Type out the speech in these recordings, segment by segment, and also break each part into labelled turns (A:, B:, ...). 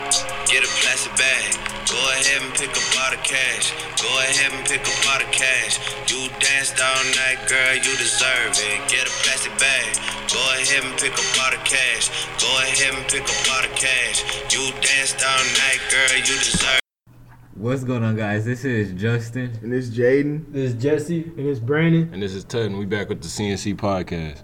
A: Get a plastic bag. Go ahead and pick up all the cash. Go ahead and pick up all the cash. You danced all night, girl, you deserve it. Get a plastic bag. Go ahead and pick up all the cash. Go ahead and pick up all the cash. You danced all night, girl, you deserve
B: What's going on, guys? This is Justin.
C: And it's Jaden.
D: This is Jesse.
E: And it's Brandon.
F: And this is Ted, and we back with the CNC podcast.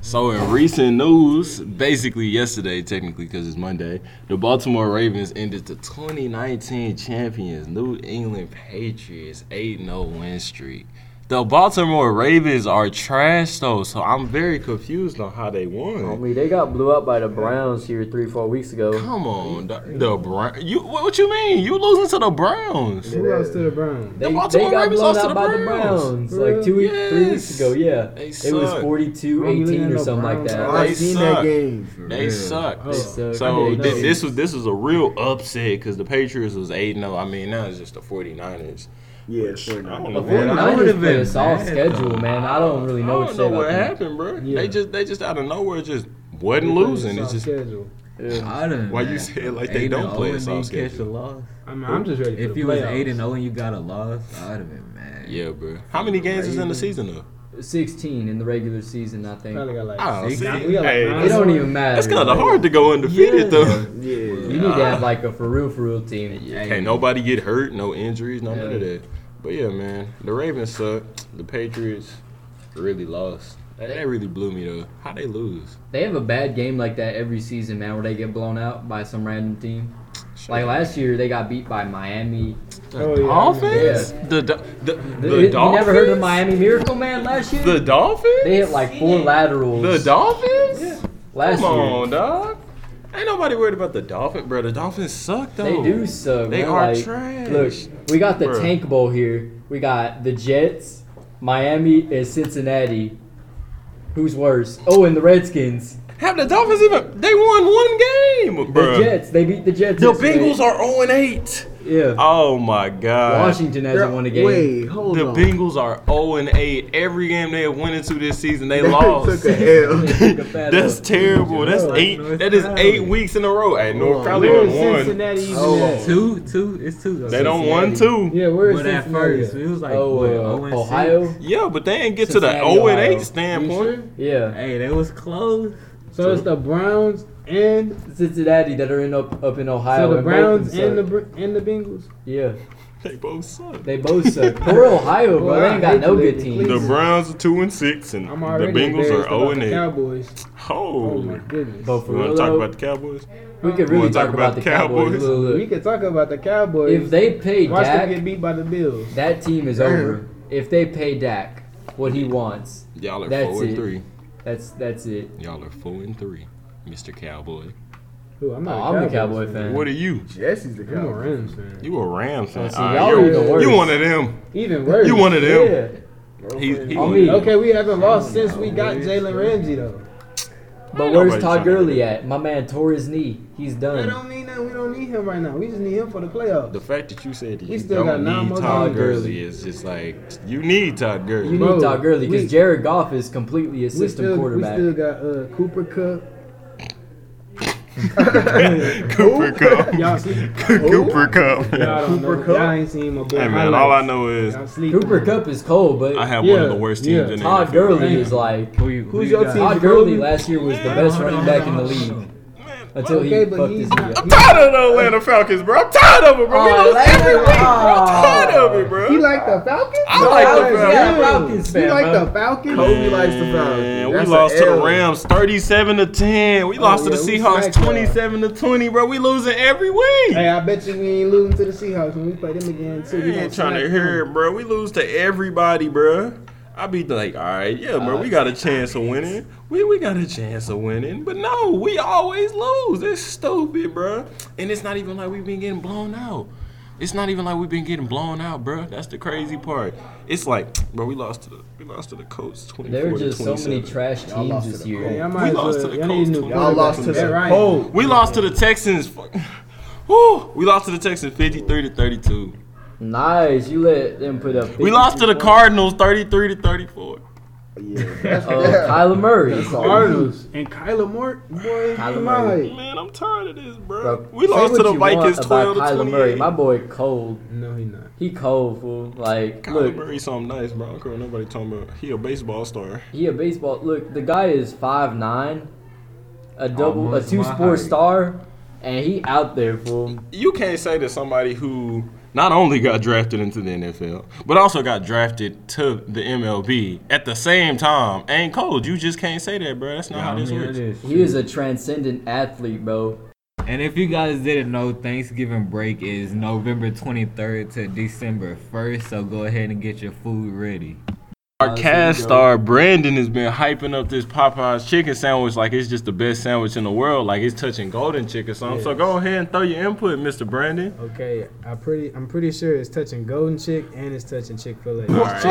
F: So in recent news, basically yesterday, technically because it's Monday, the Baltimore Ravens ended the 2019 champions New England Patriots 8-0 win streak. The Baltimore Ravens are trash though, so I'm very confused on how they won.
D: Homie, they got blew up by the Browns here three, four weeks ago.
F: Come on, the, the Brown. You what what you mean? You losing to the Browns?
E: Who else to the Browns?
D: They, they got
F: Baltimore Ravens
D: blown
F: lost to
D: out
F: the
D: by the
F: Browns.
D: Browns like two weeks, three weeks
F: Yes.
D: ago. Yeah,
F: They
D: it was
F: suck.
D: 42-18 or something like
C: Oh, I
F: They
D: that.
C: seen
F: suck.
C: that game.
F: They suck.
E: Oh.
D: They suck.
F: So
D: They
F: thi-
D: suck.
F: this was this was a real upset because the Patriots was 8-0. I mean, now it's just the 49ers.
C: Yeah,
F: I
C: 49.
F: don't
D: The
F: know, man. I
B: I
D: 49ers
B: would've
D: play
B: been
D: a soft
B: mad,
D: schedule,
B: though.
D: man. I don't really
F: I
D: know
F: don't
D: what
F: know
D: shit
F: what
D: about
F: happened, bro.
E: Yeah.
F: They just they just out of nowhere just wasn't losing. It's just
E: schedule.
B: I done-
F: Why you say it like they
B: Eight
F: don't
B: and
F: play
B: oh
F: a
B: and
F: soft
B: then catch a
F: schedule.
B: loss.
E: I mean, I'm just ready for
B: If
E: the
B: you was
E: playoffs.
B: eight and zero and you got a loss, I'd have been mad.
F: yeah, bro. How many games is in the season though?
D: that. 16 in the regular season, I think.
E: Probably got like
F: I don't
E: six.
F: see.
E: We got like
F: Hey,
E: nine.
D: It don't even matter.
F: That's kind
D: man.
F: of hard to go undefeated
E: Yeah.
F: though.
C: Yeah.
D: You need to have like a for real, for real team.
F: Can't nobody get hurt, no injuries, no none of
D: Yeah.
F: that. But yeah, man, the Ravens suck. The Patriots really lost. That, that really blew me though. How they lose?
D: They have a bad game like that every season, man, where they get blown out by some random team. Like last year, they got beat by Miami.
E: Oh, yeah.
F: Dolphins? The do- the, the,
D: you
F: Dolphins?
D: never heard of the Miami Miracle, man, last year?
F: The Dolphins?
D: They hit like four laterals
F: the Dolphins?
D: last
F: Come
D: year.
F: on, dog. Ain't nobody worried about the Dolphins, bro. The Dolphins suck though.
D: They do suck.
F: They
D: man.
F: are
D: like,
F: trash.
D: Look, we got the
F: Bruh.
D: Tank Bowl here. We got the Jets, Miami, and Cincinnati. Who's worse? Oh, and the Redskins.
F: Have the Dolphins even? They won one game,
D: The
F: bro.
D: Jets. They beat the Jets.
F: The
D: yesterday.
F: Bengals are 0 and 8.
D: Yeah.
F: Oh my god.
D: Washington hasn't won a game.
C: Wait, hold
F: The
C: on.
F: Bengals are 0 and 8. Every game they have went into this season, they
C: They
F: lost.
C: took a L.
D: Took a fat
F: That's
D: L.
F: terrible. That's
E: Yeah.
F: eight.
E: North
F: That is eight
E: Valley.
F: weeks in a row. Hey, North
C: Where
F: Valley
E: Where is
F: done won.
E: Cincinnati even
C: Oh.
E: at?
B: Two, two, it's two. though.
F: They don't won
D: Cincinnati.
F: two.
E: Yeah, where is
B: But at
E: Cincinnati?
B: first, it was like
D: oh,
B: what,
D: uh,
B: 0 and 6?
D: Ohio.
F: Yeah, but they ain't get to the
D: Cincinnati,
F: 0 and
D: Ohio.
F: 8 standpoint.
D: Yeah,
B: Hey, that was close.
E: So it's the Browns and
D: Cincinnati that are in up up in Ohio.
E: so the
D: and both of
E: Browns
D: them
E: and the
D: suck.
E: Br- and the Bengals.
D: yeah,
F: They both suck.
D: they both suck. Poor Ohio, bro.
E: Boy,
D: They
E: I
D: ain't got
E: hate
D: no
E: to
D: good
E: leave
D: team.
E: the
F: The
E: Cleveland.
F: Browns are 2 and 6, and the
E: I'm already
F: Bengals are
E: embarrassed
F: 0
E: about
F: and
E: the
F: 8.
E: Cowboys. Oh my
F: Oh.
E: goodness.
D: But for
F: You want
D: real,
F: to talk
D: though,
F: about the Cowboys?
D: we could
F: wanna
D: really talk about the Cowboys. Look, look,
E: We could talk about the Cowboys.
D: If they pay
E: watch them
D: Dak,
E: get beat by the Bills.
D: that team is over. If they pay Dak what he wants,
F: Y'all are
D: That's
F: 4 and
D: it.
F: 3.
D: that's that's it.
F: Y'all are 4 and 3, Mr. Cowboy.
E: Who? I'm
D: Oh,
E: not.
D: I'm a Cowboy fan.
F: What are you?
C: Jesse's the
E: I'm
C: guy.
E: a Rams fan.
F: You a Rams fan.
D: see,
F: All
D: y'all
F: you-
E: are even worse.
F: you one of them.
E: Even worse.
F: You one of them.
E: Yeah.
F: He, he
D: I
F: one of
D: mean,
F: them.
E: Okay, we haven't lost since we got Jalen Ramsey though.
D: But where's
F: Ain't
D: Todd
F: nobody trying to-
D: Gurley at? My man tore his knee. He's
E: That
D: done.
E: don't mean that we don't need him right now. We just need him for the playoffs.
F: The fact that you said that
E: We
F: you
E: still got
F: don't
E: nine
F: need
E: more
F: Todd
D: games.
F: Gurley is just like you need Todd Gurley.
D: You need
E: Bro,
D: Todd Gurley
E: we-
D: because Jared Goff is completely a
E: we
D: system
E: still,
D: quarterback.
E: we still got uh, Cooper Cup.
F: Cooper Cup.
E: Y'all sleep.
F: Cooper Cup.
E: Y'all don't know.
C: Cooper Kupp?
E: Y'all ain't seen my boy.
F: Hey man, all I know is
E: Y'all sleep.
D: Cooper Cup is cold, but
F: I have one of the worst teams
E: Yeah,
F: in the
D: Todd
F: NFL.
D: Gurley is like
B: Who you, who
E: Who's
B: you
E: your
B: got?
E: team?
D: Todd Gurley last year was the best
B: Hold on,
D: running
B: hold
D: back in
B: on,
D: the
B: hold on.
D: league until he
E: Okay, but
D: fucked his
E: he's
D: knee up.
F: I'm tired of the Atlanta Falcons, bro. I'm tired of it, bro.
D: Oh,
F: we lose every
D: Atlanta.
F: week. bro. I'm tired of it, bro.
E: He like the Falcons.
F: I like the
D: Falcons. Yeah,
F: Falcons.
D: Falcons
E: You
D: fan,
E: like
D: bro.
E: the Falcons?
C: Kobe likes the
F: Man,
C: Falcons.
F: we
C: That's a
F: lost to the
C: L.
F: Rams 37 to 10. We lost
E: yeah,
F: to the
E: we
F: Seahawks
E: smacked y'all.
F: 27 to 20, bro. We losing every week.
E: Hey, I bet you we ain't losing to the Seahawks when we play them again too.
F: We ain't trying to hear it, bro. We lose to everybody, bro. I be like, all right, yeah, bro, we got a chance of winning. We we got a chance of winning, but no, we always lose. It's stupid, bro. And it's not even like we've been getting blown out. It's not even like we've been getting blown out, bro. That's the crazy part. It's like, bro, we lost to the we lost to the Colts twenty
D: There
F: four
D: were
F: to
D: just so
F: twenty
D: many
F: seven.
D: trash teams this
E: Yeah,
D: year.
E: I might
F: We lost
E: as
F: to
E: well.
F: the
E: Y'all need a new
F: Colts.
C: Y'all lost to
E: quarterback.
C: the
E: Right.
C: Colts.
F: We lost to the Texans. Fuck. Woo, we lost to the Texans fifty three to thirty two.
D: Nice, you let them put up.
F: We lost to the Cardinals thirty three to thirty four.
C: Yeah.
E: That's
D: of
E: yeah.
D: Kyler Murray.
C: That's all.
E: Cardinals and Kyler Moore. Boy,
D: Kyler
E: he
D: Murray.
E: might.
F: Man, I'm tired of this, bro.
D: Bro,
F: we
D: say
F: lost to
D: what
F: the
D: you want
F: Vikings
D: about
F: 12 to
D: Kyler
F: 28.
D: Murray. My boy cold.
E: No, he not.
D: He cold, fool. Like,
F: Kyler
D: look,
F: Murray, something nice, bro. I don't care what nobody talking about. He a baseball star.
D: he a baseball. Look, the guy is five nine, a double,
B: Almost
D: a two
B: my
D: sport
B: height.
D: star, and he out there, fool.
F: You can't say that somebody who not only got drafted into the NFL, but also got drafted to the MLB at the same time ain't cold. You just can't say that, bro. That's not
B: I
F: how this
B: mean,
F: works.
B: it is
D: He is a transcendent athlete, bro.
B: And if you guys didn't know, Thanksgiving break is November 23rd to December 1st, so go ahead and get your food ready.
F: Our cast star Brandon has been hyping up this Popeye's chicken sandwich like it's just the best sandwich in the world, like it's touching golden chicken something. So
E: Yes.
F: go ahead and throw your input, Mr. Brandon.
E: Okay, I pretty, I'm pretty sure it's touching Golden Chick and it's touching Chick Fil A.
F: Alright.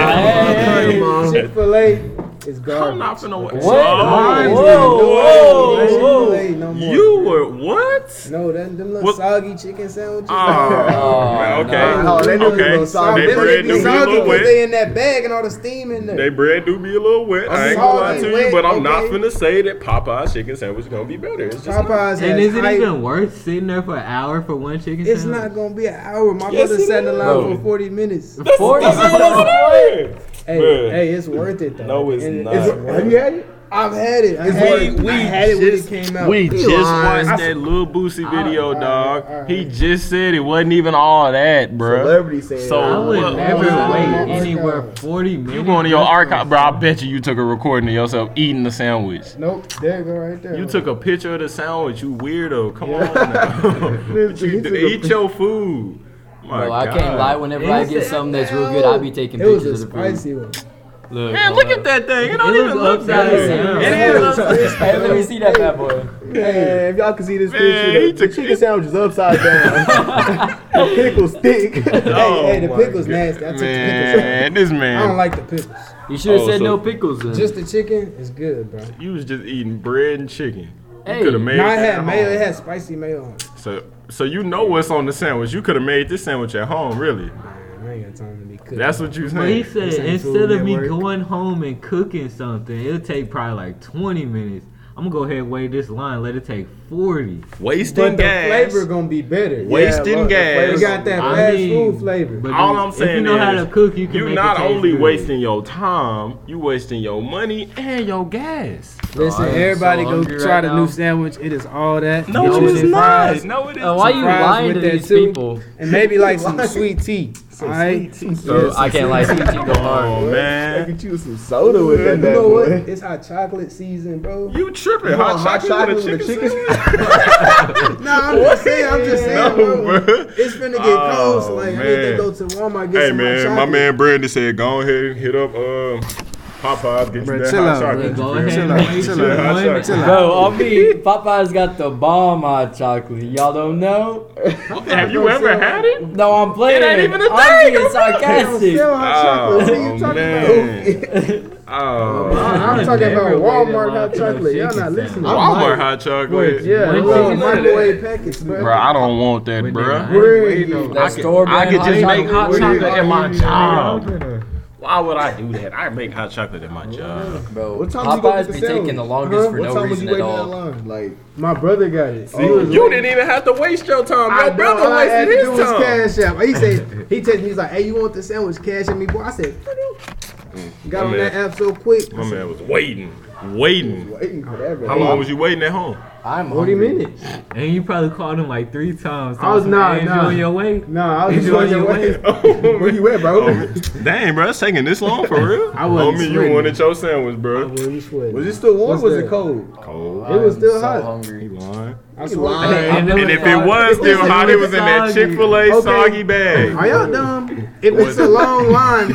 D: Hey.
E: Chick Fil A is
F: I'm
E: garbage.
F: not finna wa-
D: What?
F: Oh,
D: Whoa,
F: whoa,
E: Chick
D: whoa.
E: Fil A no more.
F: You were what?
E: No, that them little
F: What?
E: soggy chicken sandwiches.
F: Oh,
D: no.
F: okay.
C: Oh, they do be a
F: okay.
C: little soggy.
F: They
E: They
F: bread
E: be
F: do be a
E: soggy
F: little
E: because
F: wet.
E: they in that bag and all the steam in there.
F: They bread do be a little wet. I
E: I'm
F: ain't gonna lie
E: sorry,
F: to you,
E: wet,
F: but I'm not
E: okay.
F: finna say that Popeye's chicken sandwich is gonna be better. It's just not.
E: Popeyes
B: And
E: has
B: is it
E: hype.
B: even worth sitting there for an hour for one chicken
E: It's
B: sandwich?
E: not gonna be an hour. My
F: Yes,
E: brother
F: it
E: sat in the
F: is.
E: line
D: Bro.
E: for 40 minutes.
D: Forty.
F: That's-
E: Hey,
F: Bruh.
E: hey, it's worth it though.
F: No, it's
E: And
F: not, bro.
E: have you had it? I've had it. I
C: It's
E: had
C: worth
E: it.
C: it.
E: I had it when it came out.
F: We just
C: lying.
F: watched that Lil Boosie video,
E: right,
F: dog.
E: all right.
F: He just said it wasn't even all that, bro.
C: Celebrity said.
F: So-
B: I would
F: Well,
B: never
E: well,
B: wait
E: well,
B: anywhere
E: well.
B: 40 minutes.
F: You going to your
B: just for
F: archive, bro? I bet you you took a recording of yourself eating the sandwich.
E: Nope, there you go right there.
F: You took a picture of the sandwich, you weirdo. Come on now. But you
C: He took a
F: eat your food. My
D: Bro, I
F: God.
D: can't lie. Whenever
B: It
D: I
B: was
D: get
B: a-
D: something that's real good, I be taking
E: It was a
D: pictures of the food.
E: spicy one.
B: Look,
F: Man,
B: hold
F: look at
B: up.
F: that thing. It don't
B: It
F: even
B: looks
F: look
B: upside
F: that
B: down.
F: It is upside
D: Hey, let me see that bad boy.
C: Man, if y'all could see this
F: Man, he
C: picture, the
F: took-
C: chicken sandwich is upside down. the pickles thick.
F: Oh,
E: hey, hey, the
F: my
E: pickles
F: God.
E: nasty. I took the pickles.
F: Man, this man.
E: I don't like the pickles.
D: You should have
F: Oh,
D: said
F: so-
D: no pickles. Then.
E: Just the chicken is good, bro.
F: You was just eating bread and chicken.
D: Hey,
F: you could have made
E: Now it
F: that at
E: had mayo. It
F: home.
E: had spicy mayo on it.
F: So, so you know what's on the sandwich. You could have made this sandwich at home, really.
E: Man, I ain't got time to be cooking.
F: That's what you
B: But he
F: saying.
B: said
E: This ain't
B: instead
E: food
B: of
E: at
B: me
E: work.
B: going home and cooking something, it'll take probably like 20 minutes. I'm gonna go ahead and wait this line. Let it take 40.
E: but
F: Wasting
E: the
F: gas.
E: flavor gonna be better.
F: Wasting
E: They
F: gas.
E: got that
B: I
E: fast
B: mean,
E: food flavor.
B: but
F: All
B: if-
F: I'm saying
B: if you know
F: is,
B: how to cook, you can
F: you
B: make it
F: not
B: taste
F: only
B: good.
F: wasting your time, you wasting your money and your gas.
E: Listen,
B: I am
E: everybody
B: so
E: go
B: hungry
E: try
B: right
E: the
B: now.
E: new sandwich. It is all that.
F: No,
E: Get
F: it
E: you
F: is
E: some
F: not.
E: fries
F: No, it is.
D: Uh, why you
E: fries
D: lying to
E: with that
D: these
E: too.
D: people?
E: And maybe like some sweet tea. All right.
D: Bro, I can't lie. Sweet tea go
F: Oh
D: hard.
C: I
F: man,
C: could you some soda with
E: You
C: that bad
E: know what?
C: boy.
E: It's hot chocolate season, bro.
F: you tripping?
C: You
F: hot,
C: want hot
F: chocolate,
C: chocolate
F: with a
C: with a
F: chicken?
C: chicken
F: sandwich?
E: No, I'm just saying. I'm just saying,
F: No,
E: bro.
F: bro.
E: It's finna get
F: Oh,
E: cold, so like I need
F: man.
E: to go to Walmart get
F: Hey
E: some
F: man,
E: hot
F: my
E: chocolate.
F: man Brandon said, go ahead and hit up um, Popeyes, get
E: Bro,
F: you that
E: chill
F: hot
E: out,
F: chocolate.
B: Go
F: you
B: ahead
F: feel
B: and
E: Chill out,
F: me?
B: wait
E: chill
B: your
E: out,
B: one-
F: hot chocolate.
D: Bro, on me, Popeye's got the bomb hot chocolate. Y'all don't know?
F: Have you ever had it?
D: No, I'm playing.
F: ain't even a
D: I'm
F: thing,
D: being
E: They don't
D: sarcastic.
E: sell hot chocolate. What are you
F: Oh,
E: talking about?
F: man. Oh,
E: I-
B: I
E: I'm talking
B: never
E: about
B: waited
E: Walmart
B: in line
E: hot
B: for no
E: chocolate. Y'all
B: chicken
E: not
B: sandwich.
E: listening.
F: Walmart hot chocolate.
E: Yeah,
B: When
E: little
B: did you-
E: microwave packets, bro.
F: Bro, I don't want that,
B: When
F: bro.
B: did I-
E: Where
D: That store
F: I
D: brand
F: could
D: hot
F: just
D: chocolate.
F: make hot
D: Where you-
F: chocolate at my job.
C: What
F: Why would I do that? I make hot chocolate at my job.
D: Bro,
C: What time you go get
D: Popeye's
C: the
D: be taking the
C: sandwich?
D: longest for
C: time
D: no
C: was
D: reason
C: you
D: at
C: waiting in
D: all.
C: line? Like,
E: my brother got it. He was
F: You didn't even have to waste your time.
E: I
F: Your
E: know, all
F: brother
E: I had to
F: wasted
E: do
F: his
E: was
F: time.
E: cash app. He said he texted me. He's like, "Hey, you want the sandwich? Cash at me, boy." I said, "What the-"
D: Mm.
E: "Got
F: my
E: on
F: man.
E: that app so quick." I
F: My
E: said,
F: man was waiting, waiting.
C: waiting for that, bro.
F: How long was you waiting at home?
D: I'm
E: Forty
D: hungry.
E: minutes.
B: And you probably called him like three times.
E: I was-
B: Thompson,
E: nah,
B: "Hey,
E: nah.
B: You on your way?
E: Nah, I was
B: Is
E: just
B: you
E: on
B: on
E: your
B: your
E: way.
C: Where you at,
F: Oh,
C: bro?
F: Dang, bro, it's taking this long for real.
E: I wasn't
F: Homie, you
E: sweating.
F: wanted your sandwich, bro.
C: Was it still warm? or
E: What's
C: Was
E: that?
C: it cold?
F: Cold.
E: It was
D: I'm so
E: still hot.
F: He
D: hungry.
F: lying.
E: I
C: You
E: swear.
B: Uh,
C: lying.
E: Hey,
F: And if it was still hot, it was in that Chick Fil A
E: Okay.
F: soggy
E: Are
F: bag.
E: y'all dumb? If it's a long line,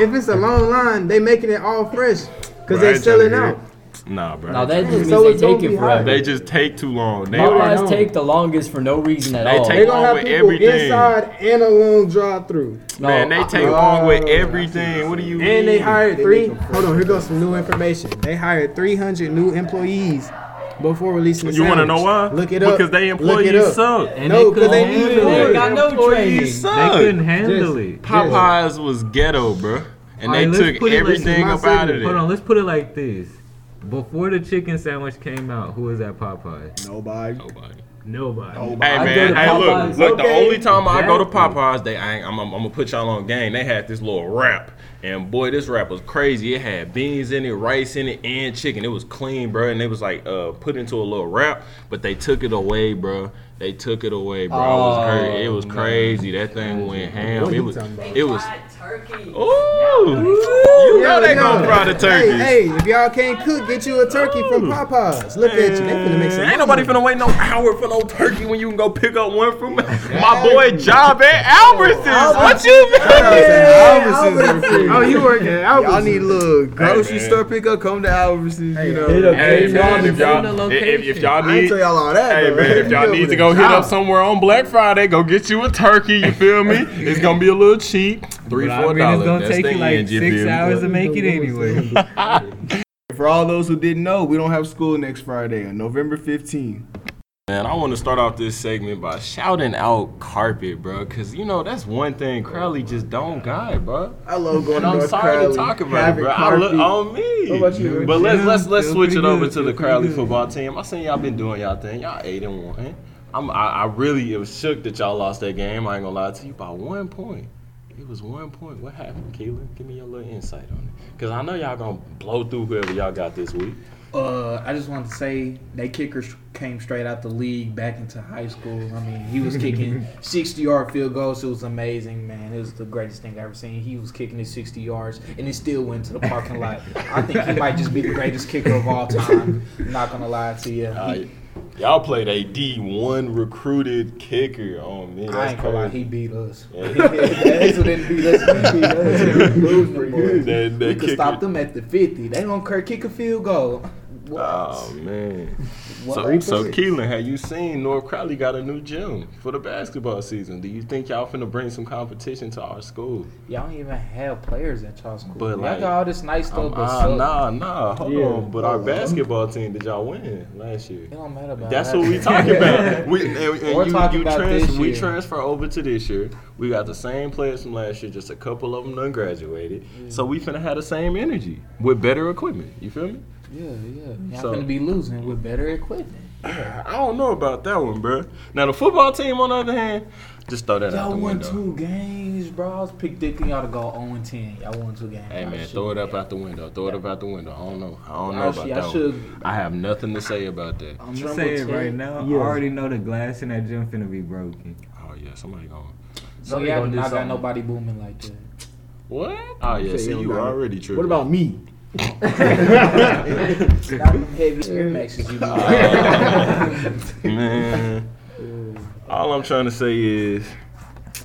E: if it's a long line, they making it all fresh because
F: Bro, I
E: they
F: ain't
E: selling
F: tryna hear
E: out.
F: Nah, bro.
D: Now that just
E: So
D: means
E: it's
D: they
E: gonna
D: take it
E: be hot.
D: forever.
F: They just take too long. They
E: Alright.
D: Popeyes take the longest for no reason at
F: They
D: all.
E: They
F: take-
E: gonna
F: Along
E: have
F: with
E: people
F: everything.
E: inside and a long drive through,
D: No,
F: man, they
D: I-
F: take
E: I-
F: long with
E: Oh,
F: everything. What do you mean?
E: and they hired
C: They
E: three.
C: make them
E: Hold on, here goes some new information. They hired 300 new employees before releasing the
F: You want to
E: sandwich.
F: know why?
E: Look it up.
F: Because they
E: Look it
F: employees
E: up.
F: suck.
B: And
E: No,
B: they
E: 'cause they
B: couldn't
E: need
B: handle
E: to
B: it.
D: They
E: work.
D: got no
F: Employees
D: training.
B: They couldn't
F: suck.
B: handle it.
F: Popeyes was ghetto, bro. and
B: Alright, let's
F: they took
B: put it like-
F: everything
E: my
F: up out of
E: segment.
B: Hold
F: it.
B: on, let's put it like this. Before the chicken sandwich came out, who was at Popeyes?
C: Nobody.
F: Nobody.
B: Nobody.
F: Hey
D: I
F: man,
D: go to
F: hey
D: Popeyes.
F: look, look. The
D: Okay.
F: only time I go to
B: Exactly.
F: Popeyes, they I ain't, I'm, I'm, I'm gonna put y'all on game. They had this little wrap, and boy, this wrap was crazy. It had beans in it, rice in it, and chicken. It was clean, bro. And they was like uh put into a little wrap, but they took it away, bro. They took it away, bro. it was, cra- it was crazy. That thing went ham.
E: Oh, What
F: It
E: you
F: was.
E: talking about?
F: It was.
G: turkey.
F: Ooh, you know
E: Yeah, yeah.
F: they gonna fry the turkeys.
E: Hey, hey, if y'all can't cook, get you a turkey from Popeyes. Look at you. They finna make some
F: Ain't
E: money.
F: nobody finna wait no hour for no turkey when you can go pick up one from my boy Job at Albertsons. What you mean?
E: Oh, you working at
C: Y'all
E: Albertsons.
C: need a little grocery
F: man.
C: store pickup. Come to Albertsons, you know.
D: hit up
F: Hey
D: Dave
F: man, if
D: Robinson.
F: y'all, if, if y'all
C: I ain't
F: need,
C: tell y'all all that.
F: hey
C: bro.
F: man, if y'all
C: Over
F: need to
C: there.
F: go hit up somewhere on Black Friday, go get you a turkey. You feel me? It's gonna be a little cheap, three
B: But I
F: four
B: mean,
F: dollars.
B: it's gonna
F: That's
B: take
F: the
B: you like
F: end. You
B: six
F: feel me?
B: hours to make it anyway.
C: For all those who didn't know, we don't have school next Friday on November 15th.
F: Man, I want to start off this segment by shouting out Carpet, bro, because you know that's one thing Crowley just don't got, bro.
C: I love going
F: And
C: to
F: I'm
C: North
F: sorry
C: Crowley,
F: to talk about it,
C: having
F: bro. I oh. look
C: carpet.
F: on me.
C: What about you?
F: But let's let's let's
B: Feel
F: switch it
B: pretty
F: over
B: good.
F: to the
B: Feel pretty
F: Crowley
B: good.
F: football team. I seen y'all been doing y'all thing. Y'all eight and one. I'm I, I really was shook that y'all lost that game. I ain't gonna lie to you by one point. It was one point. What happened, Keelan? Give me your little insight on it, cause I know y'all gonna blow through whoever y'all got this week.
H: Uh, I just wanted to say they kickers came straight out the league back into high school. I mean, he was kicking 60 yard field goals. It was amazing, man. It was the greatest thing I ever seen. He was kicking his 60 yards and it still went to the parking lot. I think he might just be the greatest kicker of all time. I'm not gonna lie to you.
F: Uh,
H: He,
F: y'all played a D one recruited kicker on me.
H: I
F: That's
H: ain't gonna lie,
F: crazy.
H: he beat us.
F: Yeah.
H: Hazel didn't beat us. He beat us. We were losing
F: That-
H: them boys.
F: that
H: we could stop
F: kicker-
H: them at the 50. They gonna cur- kick a field goal. What?
F: Oh man.
H: What?
F: So, so Keelan, have you seen North Crowley got a new gym for the basketball season? Do you think y'all finna bring some competition to our school?
H: Y'all don't even have players at y'all school.
F: But,
H: y'all
F: like,
H: got all this nice
F: Um,
H: stuff, but
F: ah,
H: suck.
F: nah, nah, hold
C: Yeah,
F: on. But our
C: hold on.
F: basketball team, did y'all win last year?
H: it don't matter about
F: That's
H: that.
F: what we talking about. We and, and
H: We're
F: you,
H: talking
F: you
H: about
F: trans-
H: this
F: we
H: year.
F: transfer over to this year. We got the same players from last year, just a couple of them done graduated. So we finna have the same energy with better equipment. You feel me?
H: Yeah, yeah. Y'all
F: So-
H: gonna be losing with better equipment.
F: I don't know about that one, bruh. Now the football team, on the other hand, just throw that out
H: Y'all
F: the
H: won
F: window.
H: two games, bro. I was pick dicking y'all to go 0 and 10. Y'all won two games.
F: Hey
H: Y'all
F: man,
H: should-
F: throw it up out the window. Throw it up out the window. I don't know. I don't know
H: Y'all
F: about
H: should-
F: that.
H: y'all
F: one. I have nothing to say about that.
H: I'm
B: I'm
H: Trumbull
B: saying
H: Tech.
B: right now,
C: Yeah.
B: I already know the glass in that gym finna be broken.
F: Oh yeah, somebody going.
H: So
B: Somebody
H: yeah,
B: gonna do
H: not got
B: something.
H: nobody booming like that.
F: What? Oh yeah,
C: Say
F: see
C: you
F: you
C: don't got it.
F: already tripping.
C: What about me?
H: Not them heavy Air Maxes you be
F: man? All I'm trying to say is.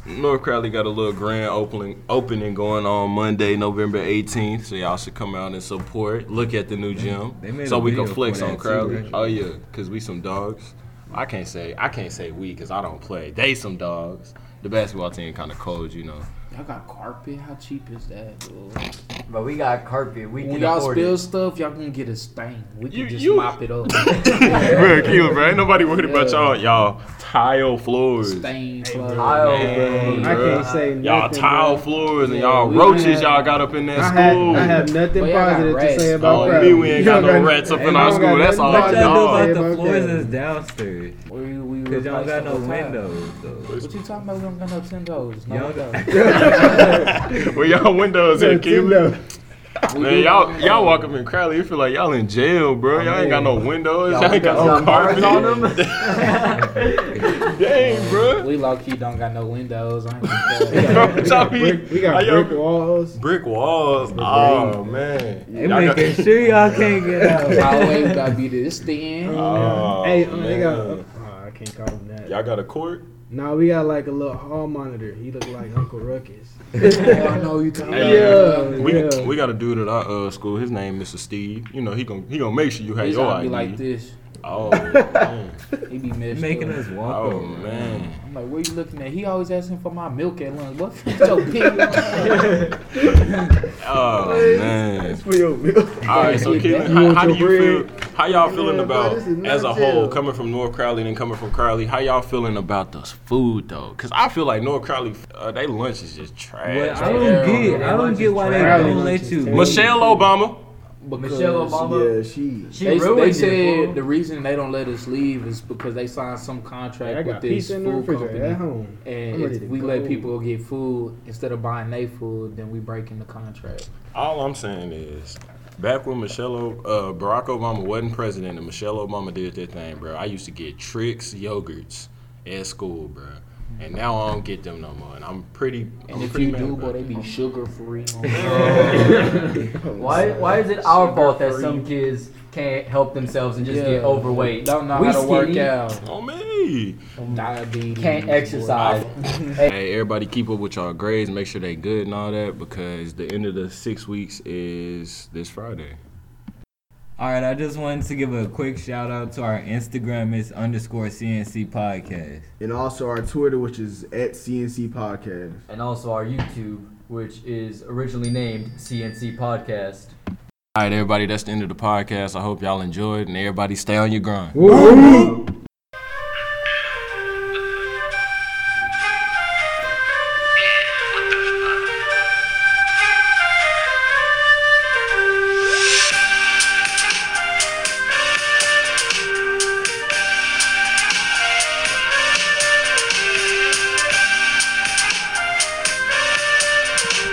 F: North Crowley got a little grand opening opening going on Monday, November 18th. So y'all should come out and support. Look at the new gym,
B: they made
F: so
B: a
F: we can
B: video
F: flex
B: for
F: on
B: that too,
F: Crowley.
B: right?
F: Oh yeah, cause we some dogs. I can't say I can't say we, cause I don't play. They some dogs. The basketball team kind of cold, you know.
H: Y'all got carpet? How cheap is that, dude?
G: But we got carpet. We
H: When
G: can
H: y'all
G: afford
H: spill
G: it.
H: stuff, y'all gonna get a stain. We can
F: You-
H: just
F: you-
H: mop it up.
F: bro, Keelan, bro, ain't nobody worried about
H: Yeah.
F: y'all. Y'all tile floors.
H: stain. plug.
G: Tile,
F: Man,
G: bro.
E: I can't say nothing.
F: Y'all tile floors and
H: Yeah,
F: y'all
H: we
F: roaches
E: had-
F: y'all got up in that
E: I have,
F: school.
E: I have nothing
H: Well, y'all got
E: positive to
H: rats.
E: say about
F: on
E: Crowley.
F: me, we ain't got
E: Y'all
F: no rats up in
E: and
F: our
E: y'all got
F: school. That's
E: nothing
F: all
B: What
E: positive
B: y'all do
E: to
B: about the
E: say
F: y'all.
E: about
B: floors
E: Crowley.
B: that's downstairs?
H: We, we
B: Cause y'all don't
H: replaced
B: got no
H: the whole tile.
B: windows though.
H: What you talking about? We don't got no Tindos. No
B: Y'all got-
H: windows.
F: Where y'all windows at, Keelan?
C: Nintendo.
F: Man, y'all y'all walk up in Crowley, you feel like y'all in jail, bro. Y'all ain't got no windows. Y'all, ain't got no carpet on them. Dang, bro.
H: We low key don't got no windows. I ain't gonna
F: Bro,
H: tell you.
F: y'all be-
E: Brick- We
F: how
E: got
F: y'all-
E: brick walls.
F: brick walls. Oh man.
B: They
F: Y'all got-
B: making sure y'all can't get out.
H: Hallway gotta be this thin.
F: Oh,
E: Hey, um, they got.
F: man.
E: oh, I can't call him that.
F: Y'all got a court?
E: Nah, we got like a little hall monitor. He look like Uncle Ruckus.
H: Oh, I know you talking about.
F: Hey,
E: Yeah,
F: we
E: yeah.
F: we got a dude at our uh, school. His name Mr. Steve. You know he gon' he gonna make sure you have
H: He
F: your
H: gotta
F: ID.
H: be like this.
F: Oh man,
H: He be
B: They
H: messed
B: making
H: up.
B: us walk
F: oh
B: over.
F: man.
H: I'm like, where you looking at? He always asking for my milk at lunch. What? Your pig lunch?
F: Oh man.
C: For your meal.
F: Oh, All right, so
H: You
F: Keelan,
E: want
F: how, how do
E: your
F: you feel? How y'all feeling
E: Yeah, bro,
F: about
E: this is not
F: as a
E: chill.
F: whole coming from North Crowley and coming from Crowley? How y'all feeling about this food though? Cause I feel like North Crowley, uh, they lunch is just trash.
B: Well, I don't get, I don't get why they don't let you.
F: Michelle Obama,
D: Michelle Obama.
C: Yeah, she.
D: She
H: They,
D: ruined
H: they
D: it,
H: said
D: fool.
H: the reason they don't let us leave is because they signed some contract
E: I
H: with
E: got
H: this
E: pizza in the
H: food
E: refrigerator at
H: company.
E: home.
H: And
E: I'm ready
H: if
E: to
H: we let
E: go.
H: people get food instead of buying their food, then we breaking the contract.
F: all I'm saying is, back when Michelle, O- uh, Barack Obama wasn't president and Michelle Obama did that thing, bro. I used to get tricks yogurts at school, bro. And now I don't get them no more. And I'm pretty.
H: And
F: I'm
H: if
F: pretty
H: you
F: mad
H: do,
F: about
H: boy,
F: it.
H: they be sugar free.
D: Why, why is it our fault that some kids can't help themselves and just
H: Yeah.
D: get overweight?
H: Don't know
D: we
H: how to work
D: skinny,
H: out.
F: on me.
H: Diabetes.
D: Can't
H: boy.
D: exercise.
F: Hey, everybody, keep up with y'all grades. Make sure they good and all that because the end of the six weeks is this Friday.
B: All right, I just wanted to give a quick shout out to our Instagram. It's underscore CNC podcast.
C: And also our Twitter, which is at CNC Podcast.
D: And also our YouTube, which is originally named CNC Podcast.
F: All right, everybody, that's the end of the podcast. I hope y'all enjoyed, and everybody, stay on your grind.
E: Woo!